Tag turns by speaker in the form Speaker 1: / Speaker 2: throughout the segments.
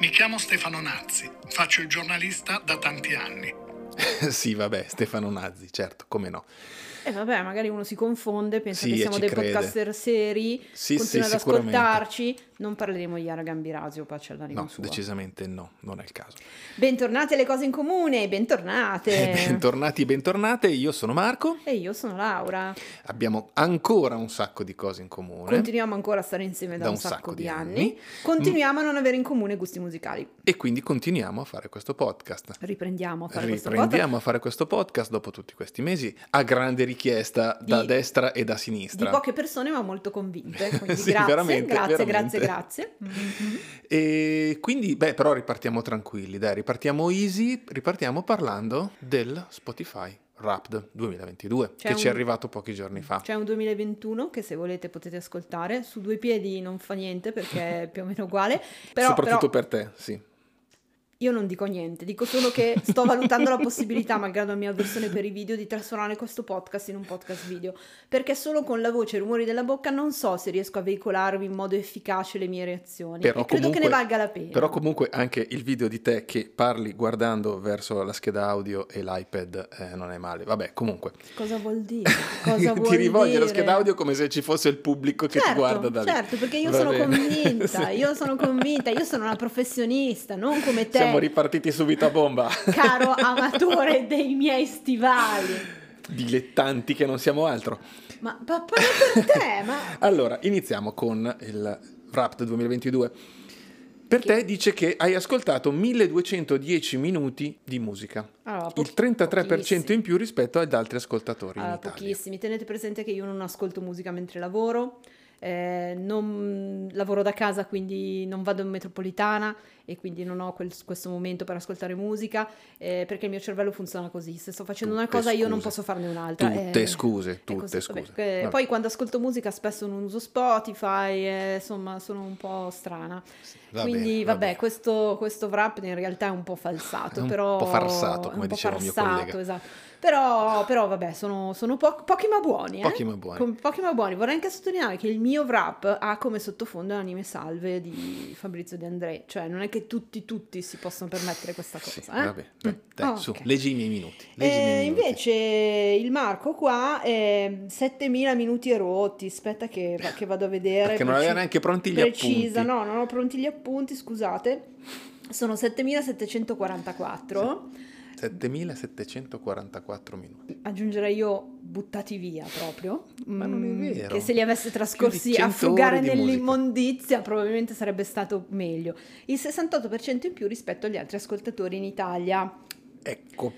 Speaker 1: Mi chiamo Stefano Nazzi, faccio il giornalista da tanti anni.
Speaker 2: sì, vabbè, Stefano Nazzi, certo, come no.
Speaker 3: E Eh, vabbè, magari uno si confonde, pensa
Speaker 2: Sì,
Speaker 3: che
Speaker 2: e
Speaker 3: siamo
Speaker 2: ci
Speaker 3: dei
Speaker 2: crede.
Speaker 3: podcaster seri,
Speaker 2: Sì,
Speaker 3: continua
Speaker 2: sì,
Speaker 3: ad
Speaker 2: sicuramente.
Speaker 3: ascoltarci. Non parleremo di Yara Gambirasio, pace all'anima
Speaker 2: No,
Speaker 3: sua.
Speaker 2: decisamente no, non è il caso. Eh,
Speaker 3: Bentornate alle cose in comune, bentornate.
Speaker 2: Bentornati e bentornate, io sono Marco,
Speaker 3: e io sono Laura.
Speaker 2: abbiamo ancora un sacco di cose in comune
Speaker 3: Continuiamo ancora a stare insieme da, un, sacco, di anni.
Speaker 2: Mm.
Speaker 3: Continuiamo a non avere in comune gusti musicali.
Speaker 2: e quindi continuiamo a fare questo podcast.
Speaker 3: Riprendiamo a fare questo podcast.
Speaker 2: Riprendiamo a fare questo podcast dopo tutti questi mesi, a grande richiesta da
Speaker 3: Di-
Speaker 2: destra e da
Speaker 3: Di
Speaker 2: sinistra.
Speaker 3: poche persone ma molto convinte, quindi
Speaker 2: Sì,
Speaker 3: grazie,
Speaker 2: veramente,
Speaker 3: grazie,
Speaker 2: veramente.
Speaker 3: grazie, grazie. Mhm.
Speaker 2: E quindi, beh, però ripartiamo tranquilli, dai, ripartiamo easy, ripartiamo parlando del Spotify Wrapped 2022,
Speaker 3: C'è
Speaker 2: che ci è
Speaker 3: un-
Speaker 2: arrivato pochi giorni fa.
Speaker 3: C'è un 2021 che se volete potete ascoltare, su due piedi non fa niente perché è più o meno uguale, però,
Speaker 2: Soprattutto per
Speaker 3: però
Speaker 2: te, sì.
Speaker 3: io non dico niente, dico solo che sto valutando la possibilità, malgrado la mia avversione per i video, di trasformare questo podcast in un podcast video, perché solo con la voce e i rumori della bocca non so se riesco a veicolarvi in modo efficace le mie reazioni
Speaker 2: Però
Speaker 3: e credo
Speaker 2: comunque-
Speaker 3: che ne valga la pena.
Speaker 2: Però comunque anche il video di te che parli guardando verso la scheda audio e l'iPad eh, non è male. Vabbè, comunque.
Speaker 3: Cosa vuol dire? Cosa
Speaker 2: ti
Speaker 3: vuol
Speaker 2: rivolgi alla
Speaker 3: dire?
Speaker 2: scheda audio come se ci fosse il pubblico che ti
Speaker 3: certo,
Speaker 2: guarda da lì.
Speaker 3: certo, perché io
Speaker 2: Va
Speaker 3: sono
Speaker 2: bene.
Speaker 3: convinta,
Speaker 2: Sì.
Speaker 3: io sono convinta, io sono una professionista, non come te.
Speaker 2: Siamo ripartiti subito a bomba.
Speaker 3: caro amatore dei miei stivali.
Speaker 2: Dilettanti che non siamo altro.
Speaker 3: Ma papà per te, ma
Speaker 2: Allora, iniziamo con il Wrapped 2022. Per te dice che hai ascoltato 1210 minuti di musica,
Speaker 3: Allora,
Speaker 2: il
Speaker 3: pochi-
Speaker 2: 33% in
Speaker 3: pochissimi.
Speaker 2: più rispetto agli altri ascoltatori
Speaker 3: Allora,
Speaker 2: in Italia.
Speaker 3: pochissimi. Tenete presente che io non ascolto musica mentre lavoro, eh, non lavoro da casa, quindi non vado in metropolitana e quindi non ho quel- questo momento per ascoltare musica, eh, perché il mio cervello funziona così. Se sto facendo Cioè, una
Speaker 2: Tutte
Speaker 3: cosa, io non
Speaker 2: scuse.
Speaker 3: posso farne un'altra.
Speaker 2: Tutte
Speaker 3: eh.
Speaker 2: scuse,
Speaker 3: È
Speaker 2: tutte
Speaker 3: così,
Speaker 2: scuse.
Speaker 3: vabbè, que-
Speaker 2: Vabbè.
Speaker 3: Poi quando ascolto musica spesso non uso Spotify, eh, insomma sono un po' strana.
Speaker 2: Va
Speaker 3: Quindi
Speaker 2: bene, va
Speaker 3: vabbè,
Speaker 2: bene.
Speaker 3: questo, questo wrap in realtà è un po' falsato,
Speaker 2: È un
Speaker 3: però...
Speaker 2: po' farsato,
Speaker 3: è
Speaker 2: come
Speaker 3: un po'
Speaker 2: diceva il mio
Speaker 3: farsato,
Speaker 2: collega.
Speaker 3: esatto. Però, però vabbè, sono, sono po- pochi ma buoni. eh.
Speaker 2: Pochi ma buoni.
Speaker 3: Com- pochi ma buoni. Vorrei anche sottolineare che il mio wrap ha come sottofondo l'anime salve di Fabrizio De André, cioè non è che tutti, tutti si possono permettere questa cosa.
Speaker 2: Sì,
Speaker 3: eh.
Speaker 2: vabbè, dai,
Speaker 3: Mm.
Speaker 2: dai,
Speaker 3: Oh,
Speaker 2: su,
Speaker 3: ok.
Speaker 2: leggi i miei minuti. leggi i miei
Speaker 3: Eh,
Speaker 2: minuti.
Speaker 3: invece il Marco qua è 7000 minuti erotti, aspetta che, va- che vado a vedere.
Speaker 2: Perché non
Speaker 3: preci-
Speaker 2: aveva neanche pronti gli
Speaker 3: eh, precisa,
Speaker 2: appunti.
Speaker 3: no, non ho pronti gli appunti, scusate. Sono 7744,
Speaker 2: 7744 minuti.
Speaker 3: aggiungerei io buttati via proprio.
Speaker 2: Ma non è
Speaker 3: Mm,
Speaker 2: vero.
Speaker 3: Che se li avesse
Speaker 2: Più
Speaker 3: trascorsi
Speaker 2: di
Speaker 3: a
Speaker 2: 100
Speaker 3: frugare
Speaker 2: ore di
Speaker 3: nell'immondizia probabilmente sarebbe stato meglio. Il 68% in più rispetto agli altri ascoltatori in Italia.
Speaker 2: Ecco,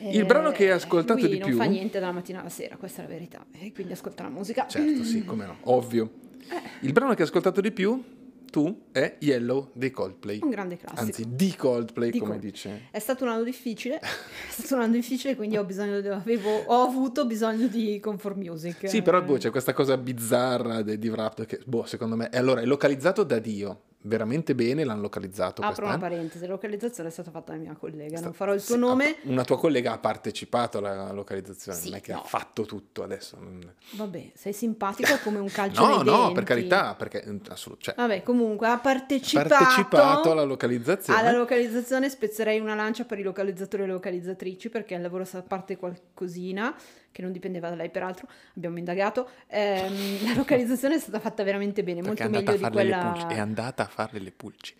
Speaker 2: Il brano che hai ascoltato
Speaker 3: lui
Speaker 2: di più-
Speaker 3: non fa niente dalla mattina alla sera, questa è la verità. E quindi ascolta la musica.
Speaker 2: certo,
Speaker 3: Mm.
Speaker 2: sì, come no, ovvio.
Speaker 3: Eh.
Speaker 2: Il brano che hai ascoltato di più, tu, è Yellow dei Coldplay.
Speaker 3: Un grande classico.
Speaker 2: Anzi, di Coldplay,
Speaker 3: Di
Speaker 2: come
Speaker 3: Coldplay.
Speaker 2: dice.
Speaker 3: È stato un anno difficile, è stato un anno difficile, quindi ho bisogno, avevo, ho avuto bisogno di comfort music. Eh,
Speaker 2: Sì, però boh, c'è questa cosa bizzarra de- di Wrapped che, boh, secondo me... e Allora, è localizzato da Dio, veramente bene l'hanno localizzato
Speaker 3: Apro una
Speaker 2: quest'anno.
Speaker 3: parentesi, la localizzazione è stata fatta da mia collega,
Speaker 2: Sta-
Speaker 3: non farò il
Speaker 2: sì,
Speaker 3: suo nome,
Speaker 2: ha- Una tua collega ha partecipato alla localizzazione,
Speaker 3: Sì,
Speaker 2: non è che ha
Speaker 3: no.
Speaker 2: fatto tutto adesso. Mm.
Speaker 3: vabbè, sei simpatico come un calcio
Speaker 2: No,
Speaker 3: nei
Speaker 2: no,
Speaker 3: denti.
Speaker 2: per carità, perché mm, assolu- cioè, ha
Speaker 3: Vabbè, comunque ha partecipato,
Speaker 2: partecipato alla localizzazione.
Speaker 3: Alla localizzazione spezzerei una lancia per i localizzatori e le localizzatrici perché al lavoro a parte qualcosina che non dipendeva da lei peraltro, abbiamo indagato. Ehm, la localizzazione è stata fatta veramente bene,
Speaker 2: perché è
Speaker 3: molto
Speaker 2: andata
Speaker 3: meglio
Speaker 2: a
Speaker 3: di
Speaker 2: farle le
Speaker 3: quella...
Speaker 2: pulci- è andata a farle le pulci.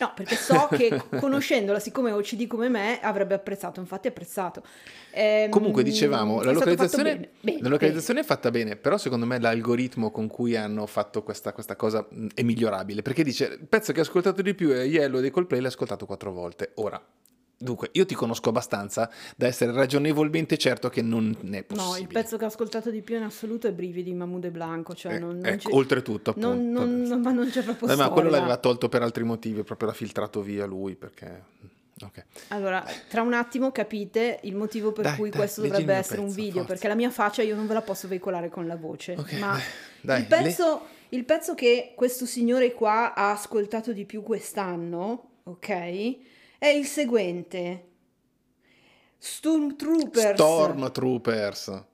Speaker 3: No, perché so che conoscendola, siccome è OCD come me, avrebbe apprezzato, infatti ha apprezzato. Ehm,
Speaker 2: Comunque dicevamo, la
Speaker 3: è stato fatto
Speaker 2: localizzazione,
Speaker 3: bene, bene, eh.
Speaker 2: la localizzazione è fatta bene, però secondo me l'algoritmo con cui hanno fatto questa, questa cosa mh, è migliorabile, perché dice il pezzo che ho ascoltato di più è Yellow dei Coldplay, l'ho ascoltato quattro volte. Ora, dunque, io ti conosco abbastanza da essere ragionevolmente certo che non ne è
Speaker 3: bene.
Speaker 2: possibile.
Speaker 3: No, il pezzo che ho ascoltato di più in assoluto è Brividi di Mahmood e Blanco, cioè
Speaker 2: Eh,
Speaker 3: non, non
Speaker 2: ecco,
Speaker 3: c'è-
Speaker 2: oltretutto appunto.
Speaker 3: non- non- non- ma non c'è proprio
Speaker 2: Eh, ma quello
Speaker 3: storia.
Speaker 2: l'aveva tolto per altri motivi, proprio l'ha filtrato via lui perché... ok.
Speaker 3: Allora, tra un attimo capite il motivo per
Speaker 2: Dai,
Speaker 3: cui
Speaker 2: dai,
Speaker 3: questo
Speaker 2: leggimi
Speaker 3: dovrebbe
Speaker 2: un
Speaker 3: essere un
Speaker 2: pezzo,
Speaker 3: video,
Speaker 2: forza.
Speaker 3: perché la mia faccia io non ve la posso veicolare con la voce,
Speaker 2: Ok,
Speaker 3: ma
Speaker 2: dai,
Speaker 3: il,
Speaker 2: dai, le-
Speaker 3: pezzo, il pezzo che questo signore qua ha ascoltato di più quest'anno, ok, è il seguente. Stormtroopers.
Speaker 2: Stormtroopers.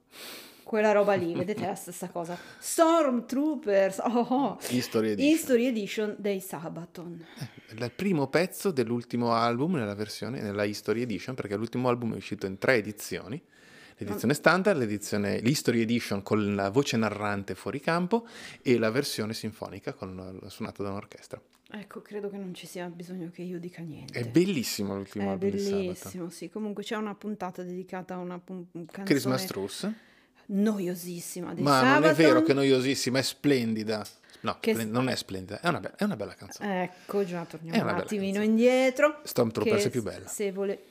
Speaker 3: quella roba lì, vedete è la stessa cosa. Stormtroopers, oh, oh.
Speaker 2: History Edition.
Speaker 3: History Edition dei Sabaton.
Speaker 2: Il primo pezzo dell'ultimo album nella versione, nella History Edition, perché l'ultimo album è uscito in tre edizioni. L'edizione standard, l'edizione, l'History Edition con la voce narrante fuori campo e la versione sinfonica con, suonata da un'orchestra.
Speaker 3: Ecco, credo che non ci sia bisogno che io dica niente.
Speaker 2: È bellissimo l'ultimo
Speaker 3: È
Speaker 2: album di Sabato.
Speaker 3: bellissimo, sì. Comunque c'è una puntata dedicata a una pun- canzone
Speaker 2: Christmas Truce.
Speaker 3: noiosissima dei
Speaker 2: Ma non è
Speaker 3: Sabaton.
Speaker 2: vero che è noiosissima, è splendida. No,
Speaker 3: Che-
Speaker 2: splen- non è splendida, è una, be- è una bella canzone.
Speaker 3: Ecco, già
Speaker 2: Esatto. È
Speaker 3: torniamo
Speaker 2: una
Speaker 3: un
Speaker 2: bella
Speaker 3: attimino
Speaker 2: canzone.
Speaker 3: indietro.
Speaker 2: Stormtroopers
Speaker 3: che
Speaker 2: è più bella.
Speaker 3: Se vuole...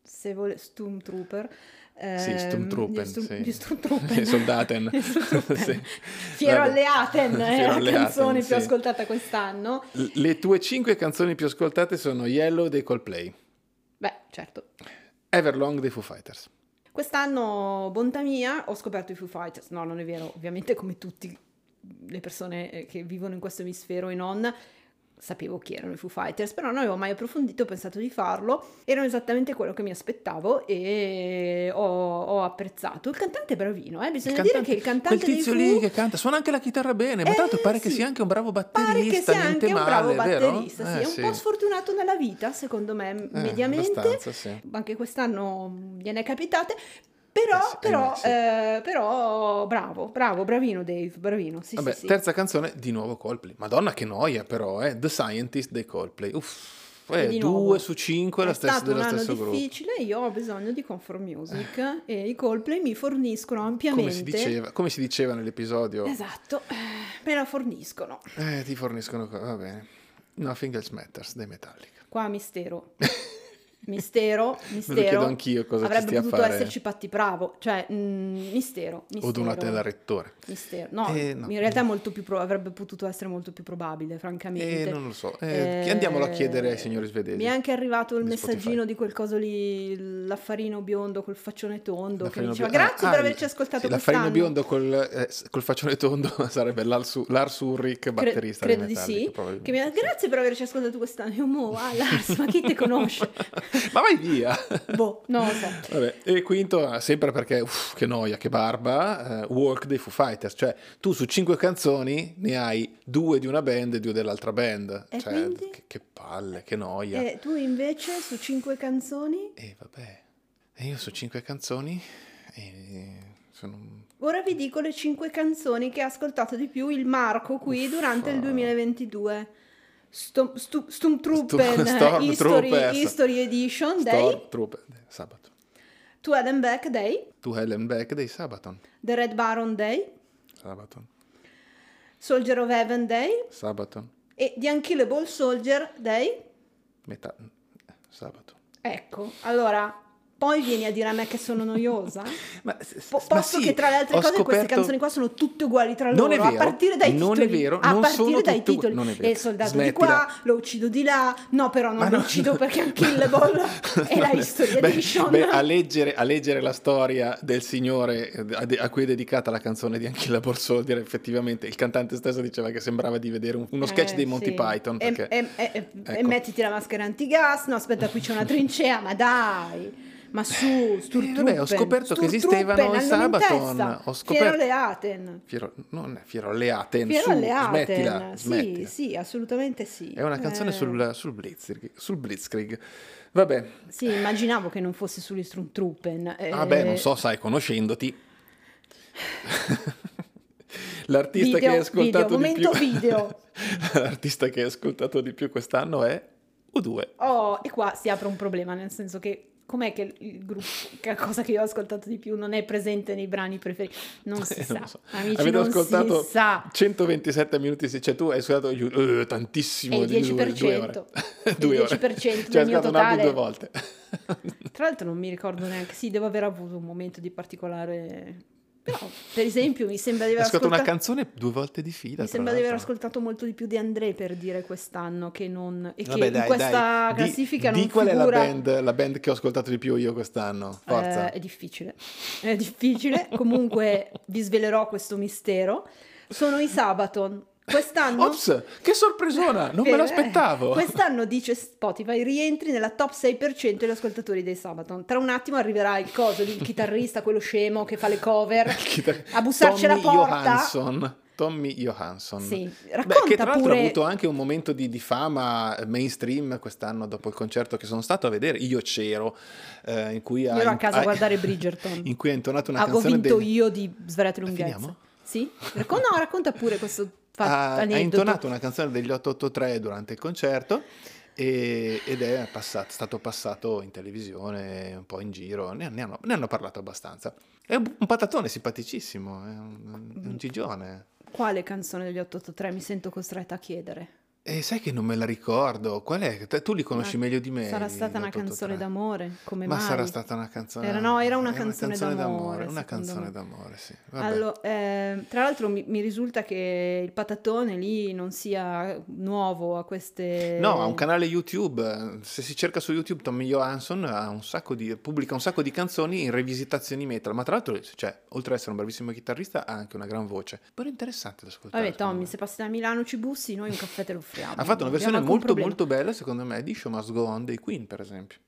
Speaker 3: Se vuole... Stormtrooper.
Speaker 2: Sì,
Speaker 3: ehm,
Speaker 2: Stormtrooper,
Speaker 3: gli Storm-
Speaker 2: sì.
Speaker 3: gli Stormtrooper.
Speaker 2: I soldaten.
Speaker 3: Gli Stormtrooper.
Speaker 2: Sì.
Speaker 3: Fiero
Speaker 2: Vabbè.
Speaker 3: Alleaten è
Speaker 2: Fiero
Speaker 3: la
Speaker 2: Alleaten,
Speaker 3: canzone
Speaker 2: sì.
Speaker 3: più ascoltata quest'anno.
Speaker 2: L- Le tue cinque canzoni più ascoltate sono Yellow dei Coldplay,
Speaker 3: Beh, certo.
Speaker 2: Everlong dei Foo Fighters.
Speaker 3: Quest'anno, bontà mia, ho scoperto i Foo Fighters. No, non è vero, ovviamente come tutte le persone eh, che vivono in questo emisfero e non, sapevo chi erano i Foo Fighters, però non avevo mai approfondito, ho pensato di farlo. Erano esattamente quello che mi aspettavo e ho, ho apprezzato. Il cantante è bravino, eh? bisogna
Speaker 2: Il
Speaker 3: dire che il cantante
Speaker 2: quel tizio
Speaker 3: dei
Speaker 2: lì
Speaker 3: Foo
Speaker 2: che canta, suona anche la chitarra bene, ma tanto
Speaker 3: Eh,
Speaker 2: pare che
Speaker 3: sì.
Speaker 2: sia anche un bravo batterista,
Speaker 3: pare che sia
Speaker 2: niente
Speaker 3: anche un
Speaker 2: male,
Speaker 3: bravo
Speaker 2: vero?
Speaker 3: batterista, sì,
Speaker 2: Eh,
Speaker 3: è un
Speaker 2: sì.
Speaker 3: po' sfortunato nella vita, secondo me,
Speaker 2: Eh,
Speaker 3: mediamente.
Speaker 2: abbastanza, sì.
Speaker 3: anche quest'anno mh, gliene è capitate. Però,
Speaker 2: Eh sì,
Speaker 3: però,
Speaker 2: eh sì.
Speaker 3: eh, però, bravo, bravo, bravino Dave, bravino, sì,
Speaker 2: Vabbè,
Speaker 3: sì, sì.
Speaker 2: terza canzone, di nuovo Coldplay. Madonna che noia però, eh? The Scientist dei Coldplay. Uff,
Speaker 3: E
Speaker 2: eh,
Speaker 3: di nuovo.
Speaker 2: due su cinque la
Speaker 3: È
Speaker 2: stessa,
Speaker 3: stato un
Speaker 2: dello
Speaker 3: anno
Speaker 2: stesso gruppo.
Speaker 3: difficile, io ho bisogno di Comfort Music e i Coldplay mi forniscono ampiamente.
Speaker 2: Come si, diceva, come si diceva nell'episodio,
Speaker 3: Esatto, eh, me la forniscono.
Speaker 2: eh, ti forniscono... co- Va bene. Nothing else matters dei Metallica.
Speaker 3: Qua mistero. Mistero, mistero.
Speaker 2: chiedo anch'io cosa ci
Speaker 3: Avrebbe
Speaker 2: stia a
Speaker 3: potuto
Speaker 2: fare.
Speaker 3: esserci Patti Bravo, cioè mm, mistero, mistero.
Speaker 2: O Donatella Rettore.
Speaker 3: Mistero. No,
Speaker 2: Eh, no.
Speaker 3: in realtà è molto più pro- avrebbe potuto essere molto più probabile, francamente.
Speaker 2: Eh, non lo so. Eh, chi- andiamolo a chiedere ai signori svedesi.
Speaker 3: Mi è anche arrivato il
Speaker 2: Di
Speaker 3: messaggino
Speaker 2: Spotify.
Speaker 3: di quel coso lì, l'affarino biondo col faccione tondo, che mi
Speaker 2: L'affarino
Speaker 3: diceva
Speaker 2: biondo-
Speaker 3: grazie
Speaker 2: ah,
Speaker 3: per
Speaker 2: ah,
Speaker 3: averci ascoltato
Speaker 2: sì,
Speaker 3: quest'anno.
Speaker 2: L'affarino biondo col, eh, s- col faccione tondo sarebbe l'Arsu- Lars Ulrich,
Speaker 3: Cre-
Speaker 2: batterista.
Speaker 3: credo
Speaker 2: dei
Speaker 3: di
Speaker 2: Metallica,
Speaker 3: sì.
Speaker 2: probabilmente,
Speaker 3: Che mi ha-
Speaker 2: sì.
Speaker 3: grazie per averci ascoltato quest'anno. Io, mo, ah, Lars, ma chi te conosce?
Speaker 2: Ma vai via!
Speaker 3: boh, non lo so.
Speaker 2: Vabbè, e quinto, ah, sempre perché uff, che noia, che barba, eh, Work dei Foo Fighters, cioè tu su cinque canzoni ne hai due di una band e due dell'altra band,
Speaker 3: E
Speaker 2: cioè
Speaker 3: quindi?
Speaker 2: che, che palle, che noia. E
Speaker 3: E Eh, tu invece su cinque canzoni?
Speaker 2: vabbè, e io su cinque canzoni eh, sono... un-
Speaker 3: Ora vi dico le cinque canzoni che ha ascoltato di più il Marco qui
Speaker 2: Uffa.
Speaker 3: durante il 2022. Stom- stu-
Speaker 2: Sto-
Speaker 3: Stormtrooper eh,
Speaker 2: Stormtroopers.
Speaker 3: History, History Edition Day,
Speaker 2: Stormtrooper, eh, sabato.
Speaker 3: To Adam Back Day,
Speaker 2: Tu Helen Beck dei Sabaton.
Speaker 3: The Red Baron Day,
Speaker 2: Sabaton.
Speaker 3: Soldier of Heaven Day
Speaker 2: Sabaton.
Speaker 3: e The Unkillable Soldier Day.
Speaker 2: Metà. Sabato.
Speaker 3: Ecco, allora, poi vieni a dire a me che sono noiosa?
Speaker 2: Ma, s-
Speaker 3: Po-
Speaker 2: s- ma
Speaker 3: posto
Speaker 2: sì,
Speaker 3: che tra le altre
Speaker 2: ho
Speaker 3: cose queste
Speaker 2: scoperto-
Speaker 3: canzoni qua sono tutte uguali tra
Speaker 2: Non
Speaker 3: loro,
Speaker 2: è
Speaker 3: a
Speaker 2: vero,
Speaker 3: partire dai
Speaker 2: non è
Speaker 3: titoli,
Speaker 2: vero,
Speaker 3: a
Speaker 2: non
Speaker 3: partire
Speaker 2: sono
Speaker 3: dai
Speaker 2: tutte ugu-
Speaker 3: titoli,
Speaker 2: non è vero.
Speaker 3: e il soldato di
Speaker 2: Smettila.
Speaker 3: qua, lo uccido di là, no però non
Speaker 2: Ma
Speaker 3: lo
Speaker 2: no,
Speaker 3: uccido
Speaker 2: no.
Speaker 3: perché anche il ball è la
Speaker 2: No,
Speaker 3: History
Speaker 2: beh,
Speaker 3: Edition.
Speaker 2: beh, a, leggere, a leggere la storia del signore eh, a, de- a cui è dedicata la canzone di Anchilla Borsoldier, effettivamente il cantante stesso diceva che sembrava di vedere un- uno sketch
Speaker 3: Eh,
Speaker 2: dei Monty
Speaker 3: sì. eh,
Speaker 2: Python.
Speaker 3: E-
Speaker 2: Perché,
Speaker 3: e, e- e-
Speaker 2: ecco.
Speaker 3: e mettiti la maschera antigas, no aspetta qui c'è una trincea, ma dai... Ma su,
Speaker 2: Eh,
Speaker 3: Sturtruppen,
Speaker 2: vabbè, ho scoperto che esistevano i
Speaker 3: Sturtruppen, hanno in
Speaker 2: Sabaton,
Speaker 3: testa,
Speaker 2: ho scoperto-
Speaker 3: Fiero Leaten.
Speaker 2: Fiero, non è Fiero Alleaten,
Speaker 3: Fiero
Speaker 2: su,
Speaker 3: Alleaten,
Speaker 2: smettila,
Speaker 3: sì,
Speaker 2: smettila.
Speaker 3: sì, assolutamente sì.
Speaker 2: È una canzone
Speaker 3: Eh,
Speaker 2: sul, sul Blitzkrieg, sul Blitzkrieg. Vabbè,
Speaker 3: Sì, immaginavo che non fosse sugli Strumtruppen. eh,
Speaker 2: Ah beh, non so, sai, conoscendoti. L'artista che hai
Speaker 3: Video,
Speaker 2: ascoltato
Speaker 3: video,
Speaker 2: di più.
Speaker 3: momento video.
Speaker 2: L'artista che hai ascoltato di più quest'anno è U2.
Speaker 3: Oh, e qua si apre un problema, nel senso che com'è che il gruppo, che la cosa che io ho ascoltato di più non è presente nei brani preferiti? Non si
Speaker 2: Eh,
Speaker 3: sa,
Speaker 2: non so.
Speaker 3: amici,
Speaker 2: Avete
Speaker 3: non
Speaker 2: ascoltato
Speaker 3: si sa.
Speaker 2: 127 minuti, sì, cioè tu hai ascoltato gli- eh,
Speaker 3: E
Speaker 2: tantissimo
Speaker 3: il
Speaker 2: di due, due
Speaker 3: 10%,
Speaker 2: ore.
Speaker 3: il
Speaker 2: Due ore.
Speaker 3: 10%
Speaker 2: Cioè,
Speaker 3: del
Speaker 2: hai
Speaker 3: mio
Speaker 2: ascoltato un album
Speaker 3: totale.
Speaker 2: due volte.
Speaker 3: Tra l'altro non mi ricordo neanche, sì, devo aver avuto un momento di particolare... Però, per esempio, mi sembra di
Speaker 2: Hai
Speaker 3: aver
Speaker 2: ascoltato una
Speaker 3: ascoltato...
Speaker 2: canzone due volte di fila.
Speaker 3: Mi
Speaker 2: tra
Speaker 3: sembra di aver
Speaker 2: l'altro.
Speaker 3: ascoltato molto di più di André per dire quest'anno che non... E che
Speaker 2: Vabbè,
Speaker 3: in
Speaker 2: dai,
Speaker 3: questa
Speaker 2: dai. Di-
Speaker 3: classifica
Speaker 2: di,
Speaker 3: non
Speaker 2: qual è la
Speaker 3: figura-
Speaker 2: band, la band che ho ascoltato di più io quest'anno? Forza.
Speaker 3: Eh, è difficile, è difficile. Comunque vi svelerò questo mistero. Sono i Sabaton. Quest'anno...
Speaker 2: Ops, che sorpresona, non me
Speaker 3: Vero, eh?
Speaker 2: l'aspettavo.
Speaker 3: Quest'anno dice Spotify rientri nella top 6% degli ascoltatori dei Sabaton. Tra un attimo arriverà il coso il chitarrista, quello scemo che fa le cover. a bussarci alla
Speaker 2: Tommy
Speaker 3: porta.
Speaker 2: Johansson. Tommy Johansson.
Speaker 3: Sì,
Speaker 2: Beh, che
Speaker 3: racconta
Speaker 2: tra l'altro
Speaker 3: pure
Speaker 2: ha avuto anche un momento di, di fama eh, mainstream quest'anno dopo il concerto che sono stato a vedere, io c'ero, eh, in cui ha...
Speaker 3: Io ero a casa
Speaker 2: ha-
Speaker 3: a guardare Bridgerton.
Speaker 2: In cui ha intonato una
Speaker 3: Ah, ho
Speaker 2: canzone
Speaker 3: vinto
Speaker 2: del-
Speaker 3: io di Sverate lunghezza.
Speaker 2: Finiamo? Ah,
Speaker 3: Sì? Racco- no, racconta pure questo fatto.
Speaker 2: ha, ha
Speaker 3: aneddoto.
Speaker 2: intonato una canzone degli 883 durante il concerto e- ed è passato- stato passato in televisione, un po' in giro, ne, ne hanno, ne hanno parlato abbastanza. È un un patatone simpaticissimo, è un,
Speaker 3: Mm.
Speaker 2: è un gigione.
Speaker 3: Quale canzone degli 883 mi sento costretta a chiedere?
Speaker 2: E sai che non me la ricordo, qual è? Te- Tu li conosci
Speaker 3: Ma
Speaker 2: meglio di me.
Speaker 3: Sarà
Speaker 2: gli
Speaker 3: stata una
Speaker 2: 883.
Speaker 3: canzone d'amore, come
Speaker 2: Ma
Speaker 3: mai?
Speaker 2: sarà stata una canzone
Speaker 3: Era- no, era una canzone d'amore,
Speaker 2: Una
Speaker 3: secondo
Speaker 2: canzone
Speaker 3: me.
Speaker 2: d'amore, sì. Vabbè.
Speaker 3: Allora, ehm, tra l'altro mi, mi risulta che il patatone lì non sia nuovo a queste...
Speaker 2: No, ha un canale YouTube. Se si cerca su YouTube, Tommy Johansson ha un sacco di- pubblica un sacco di canzoni in rivisitazioni metal. Ma tra l'altro, cioè, oltre ad essere un bravissimo chitarrista, ha anche una gran voce. Però è interessante da ascoltare.
Speaker 3: Vabbè
Speaker 2: secondo
Speaker 3: Tommy,
Speaker 2: me.
Speaker 3: se passi da Milano ci bussi, noi un caffè te lo offriamo.
Speaker 2: Ha fatto una
Speaker 3: non
Speaker 2: versione
Speaker 3: abbiamo alcun
Speaker 2: molto, molto bella, secondo me, di Show Must Go On dei Queen, per esempio.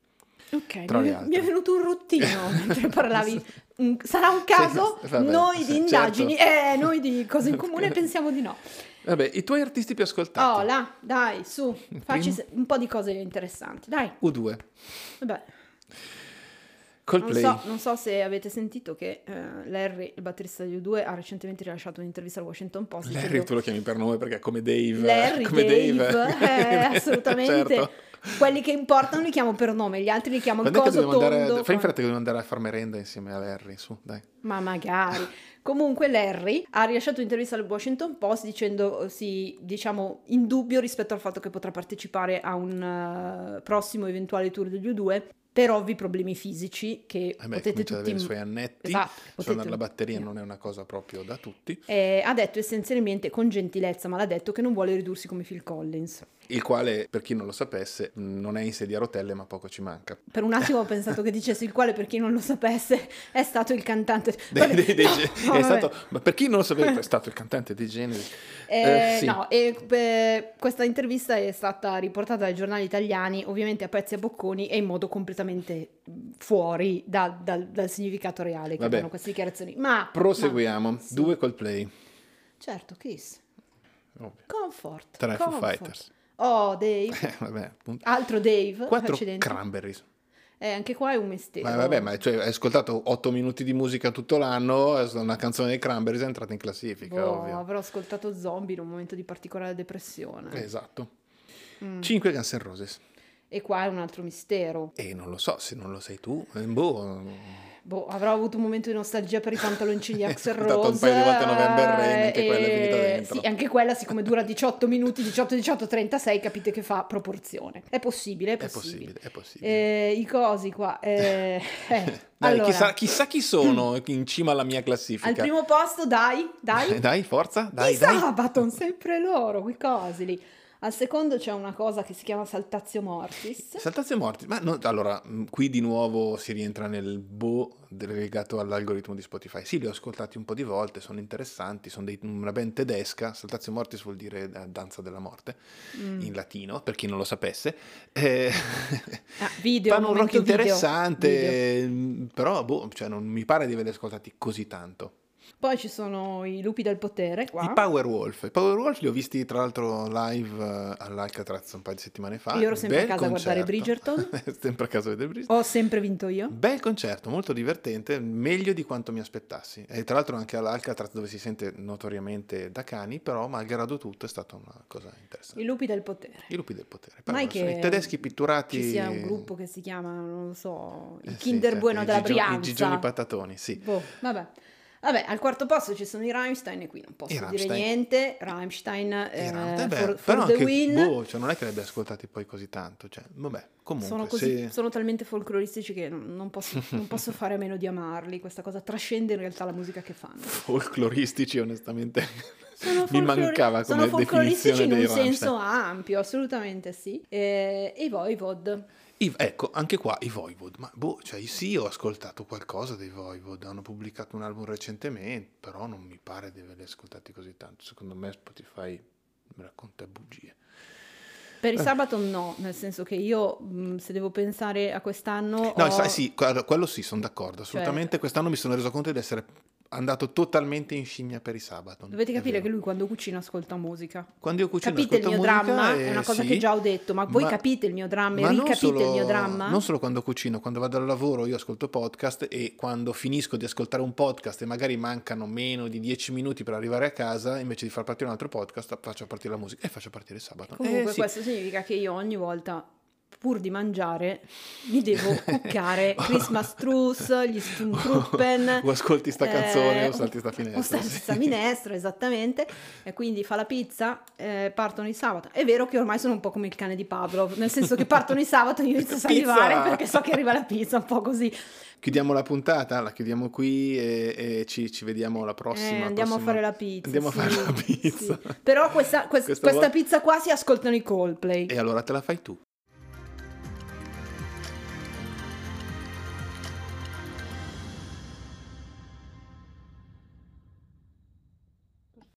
Speaker 3: problema.
Speaker 2: tra
Speaker 3: Ok, mi,
Speaker 2: le
Speaker 3: è-
Speaker 2: altre.
Speaker 3: mi è venuto un rottino mentre parlavi. Mm, Sarà un caso?
Speaker 2: Sì, Certo. vabbè,
Speaker 3: noi
Speaker 2: sì,
Speaker 3: di indagini, eh, noi di cose in comune pensiamo di no.
Speaker 2: Vabbè, i tuoi artisti più ascoltati.
Speaker 3: Oh là, dai, su, facci
Speaker 2: Primo?
Speaker 3: se- un po' di cose interessanti, dai.
Speaker 2: U2,
Speaker 3: Vabbè, non
Speaker 2: Coldplay.
Speaker 3: so, non so se avete sentito che eh, Larry, il batterista di U2, ha recentemente rilasciato un'intervista al Washington Post.
Speaker 2: Larry
Speaker 3: dicendo-
Speaker 2: tu lo chiami per nome perché è come Dave. eh,
Speaker 3: Larry,
Speaker 2: come
Speaker 3: Dave, eh,
Speaker 2: Dave.
Speaker 3: assolutamente.
Speaker 2: Certo.
Speaker 3: Quelli che importano li chiamo per nome, gli altri li chiamo il
Speaker 2: Quando è che
Speaker 3: coso
Speaker 2: dobbiamo
Speaker 3: tondo.
Speaker 2: andare, fai in
Speaker 3: con-
Speaker 2: fretta che dobbiamo andare a far merenda insieme a Larry, su, dai.
Speaker 3: Ma magari. Comunque Larry ha rilasciato un'intervista al Washington Post dicendo eh, sì, diciamo, in dubbio rispetto al fatto che potrà partecipare a un eh, prossimo eventuale tour degli U2 per ovvi problemi fisici che
Speaker 2: Eh beh, comincia
Speaker 3: potete
Speaker 2: ad
Speaker 3: tutti
Speaker 2: avere i suoi annetti,
Speaker 3: Esatto,
Speaker 2: suonare
Speaker 3: potete-
Speaker 2: la batteria non è una cosa proprio da tutti,
Speaker 3: Eh, ha detto essenzialmente con gentilezza, ma l'ha detto che non vuole ridursi come Phil Collins.
Speaker 2: il quale, per chi non lo sapesse, mh, non è in sedia a rotelle ma poco ci manca.
Speaker 3: Per un attimo ho pensato che dicesse il quale, per chi non lo sapesse, è stato il cantante.
Speaker 2: Dei-
Speaker 3: Vabbè,
Speaker 2: dei- dei-
Speaker 3: no, no,
Speaker 2: è
Speaker 3: vabbè.
Speaker 2: stato, ma per chi non lo sapeva, è stato il cantante dei generi.
Speaker 3: Eh,
Speaker 2: Eh, sì.
Speaker 3: No, e eh, questa intervista è stata riportata dai giornali italiani, ovviamente a pezzi e a bocconi e in modo completamente fuori da- dal- dal significato reale che
Speaker 2: Vabbè.
Speaker 3: hanno queste dichiarazioni. Ma
Speaker 2: Proseguiamo,
Speaker 3: ma- sì.
Speaker 2: due Coldplay,
Speaker 3: Certo, Kiss.
Speaker 2: ovvio.
Speaker 3: Comfort.
Speaker 2: tre Foo
Speaker 3: comfort.
Speaker 2: Fighters,
Speaker 3: Oh, Dave.
Speaker 2: Eh, vabbè, appunto.
Speaker 3: Altro Dave.
Speaker 2: quattro
Speaker 3: accidenti.
Speaker 2: Cranberries.
Speaker 3: Eh, anche qua è un mistero.
Speaker 2: Ma vabbè, ma cioè, hai ascoltato 8 minuti di musica tutto l'anno, eh, una canzone dei Cranberries è entrata in classifica,
Speaker 3: Boh,
Speaker 2: ovvio.
Speaker 3: avrò ascoltato Zombie in un momento di particolare depressione.
Speaker 2: Esatto.
Speaker 3: Mm.
Speaker 2: 5 Guns N' Roses.
Speaker 3: E qua è un altro mistero.
Speaker 2: E non lo so, se non lo sei tu, eh, boh.
Speaker 3: Bow, avrò avuto un momento di nostalgia per i pantaloncini di Axel
Speaker 2: Ho ascoltato
Speaker 3: Rose.
Speaker 2: un paio di volte November Rain, anche
Speaker 3: eh,
Speaker 2: quella è finita dentro.
Speaker 3: Sì, anche quella, siccome dura 18 minuti, 18, 18, 36, capite che fa proporzione. È possibile, è
Speaker 2: È
Speaker 3: possibile.
Speaker 2: possibile, è possibile.
Speaker 3: Eh, I cosi qua. eh, eh,
Speaker 2: Dai,
Speaker 3: allora,
Speaker 2: chissà, chissà chi sono in cima alla mia classifica.
Speaker 3: al primo posto, dai, dai.
Speaker 2: Dai, forza, dai,
Speaker 3: I
Speaker 2: dai.
Speaker 3: Sabaton, sempre loro, quei cosi lì. Al secondo c'è una cosa che si chiama Saltazio Mortis.
Speaker 2: Saltazio morti. Ma no, allora, mh, qui di nuovo si rientra nel boh legato all'algoritmo di Spotify. Sì, li ho ascoltati un po' di volte, sono interessanti, sono dei- una band tedesca. Saltazio mortis vuol dire eh, danza della morte
Speaker 3: Mm.
Speaker 2: in latino, per chi non lo sapesse. Eh,
Speaker 3: Ah, video,
Speaker 2: fanno un rock
Speaker 3: momento video, video.
Speaker 2: interessante, mh, però boh, cioè, non mi pare di averli ascoltati così tanto.
Speaker 3: Poi ci sono i lupi del potere qua.
Speaker 2: I Powerwolf. I Powerwolf li ho visti tra l'altro live eh, all'Alcatraz un paio di settimane fa.
Speaker 3: Io ero sempre
Speaker 2: Bel
Speaker 3: a casa a guardare Oh.
Speaker 2: concerto. sempre a casa a vedere Bridgerton.
Speaker 3: Ho sempre vinto io.
Speaker 2: Bel concerto, molto divertente, meglio di quanto mi aspettassi. E tra l'altro anche all'Alcatraz dove si sente notoriamente da cani, però malgrado tutto è stata una cosa interessante.
Speaker 3: I lupi del potere.
Speaker 2: I lupi del potere.
Speaker 3: Ma è
Speaker 2: Però sono
Speaker 3: che
Speaker 2: i tedeschi pitturati...
Speaker 3: Ci sia un gruppo che si chiama, non lo so,
Speaker 2: Eh
Speaker 3: il
Speaker 2: sì,
Speaker 3: Kinder
Speaker 2: certo,
Speaker 3: Bueno
Speaker 2: i
Speaker 3: della
Speaker 2: gigio-
Speaker 3: Brianza.
Speaker 2: I gigioni patatoni, sì.
Speaker 3: Boh, vabbè. Vabbè, al quarto posto ci sono i Rammstein e qui non posso
Speaker 2: I
Speaker 3: dire
Speaker 2: Rammstein.
Speaker 3: niente. Rammstein, eh,
Speaker 2: Era- eh beh,
Speaker 3: for, for
Speaker 2: però
Speaker 3: the
Speaker 2: anche-
Speaker 3: win.
Speaker 2: boh, cioè non è che li abbia ascoltati poi così tanto. Cioè, vabbè, comunque...
Speaker 3: sono, così-
Speaker 2: se-
Speaker 3: sono talmente folcloristici che non, non posso, non posso fare a meno di amarli. Questa cosa trascende in realtà la musica che fanno.
Speaker 2: folcloristici, onestamente.
Speaker 3: Sono
Speaker 2: Mi
Speaker 3: folclori-
Speaker 2: mancava
Speaker 3: sono
Speaker 2: come
Speaker 3: folcloristici in
Speaker 2: definizione
Speaker 3: un
Speaker 2: dei
Speaker 3: senso
Speaker 2: Rammstein.
Speaker 3: ampio, assolutamente sì. Eh, E i Voivod.
Speaker 2: I- ecco, anche qua i Voivod, ma boh, cioè sì, ho ascoltato qualcosa dei Voivod, hanno pubblicato un album recentemente, però non mi pare di averli ascoltati così tanto. Secondo me Spotify mi racconta bugie.
Speaker 3: Per il
Speaker 2: Eh.
Speaker 3: sabato no, nel senso che io mh, se devo pensare a quest'anno...
Speaker 2: No,
Speaker 3: ho-
Speaker 2: sai, sì, guarda, quello sì, sono d'accordo,
Speaker 3: Certo.
Speaker 2: assolutamente. Quest'anno mi sono reso conto di essere andato totalmente in scimmia per i Sabaton.
Speaker 3: Dovete
Speaker 2: è
Speaker 3: capire
Speaker 2: vero. Eh,
Speaker 3: che lui quando cucina ascolta musica.
Speaker 2: Quando io cucino
Speaker 3: Capite il mio
Speaker 2: ascolto musica,
Speaker 3: dramma?
Speaker 2: eh,
Speaker 3: è una cosa
Speaker 2: sì.
Speaker 3: che già ho detto, ma voi
Speaker 2: Ma-
Speaker 3: capite il mio dramma e
Speaker 2: Ma non
Speaker 3: ricapite
Speaker 2: solo-
Speaker 3: il mio dramma?
Speaker 2: Non solo quando cucino, quando vado al lavoro io ascolto podcast e quando finisco di ascoltare un podcast e magari mancano meno di 10 minuti per arrivare a casa, invece di far partire un altro podcast faccio partire la musica e faccio partire sabato.
Speaker 3: Comunque
Speaker 2: Eh, sì.
Speaker 3: questo significa che io ogni volta pur di mangiare mi devo cuccare Christmas Truce, gli Sturmtruppen
Speaker 2: O ascolti sta canzone
Speaker 3: eh,
Speaker 2: o salti sta finestra.
Speaker 3: o salti
Speaker 2: sì.
Speaker 3: sta minestra esattamente e quindi fa la pizza eh, partono il sabato è vero che ormai sono un po' come il cane di Pavlov nel senso che partono il sabato io inizio a
Speaker 2: Pizza!
Speaker 3: salivare perché so che arriva la pizza un po' così
Speaker 2: Chiudiamo la puntata, la chiudiamo qui e, e ci, ci vediamo alla prossima.
Speaker 3: Eh, andiamo
Speaker 2: prossima-
Speaker 3: a fare la pizza
Speaker 2: Andiamo
Speaker 3: sì,
Speaker 2: a fare la pizza.
Speaker 3: sì. però questa, quest-
Speaker 2: Questa
Speaker 3: questa
Speaker 2: volta-
Speaker 3: pizza qua si ascoltano i Coldplay
Speaker 2: E allora te la fai tu.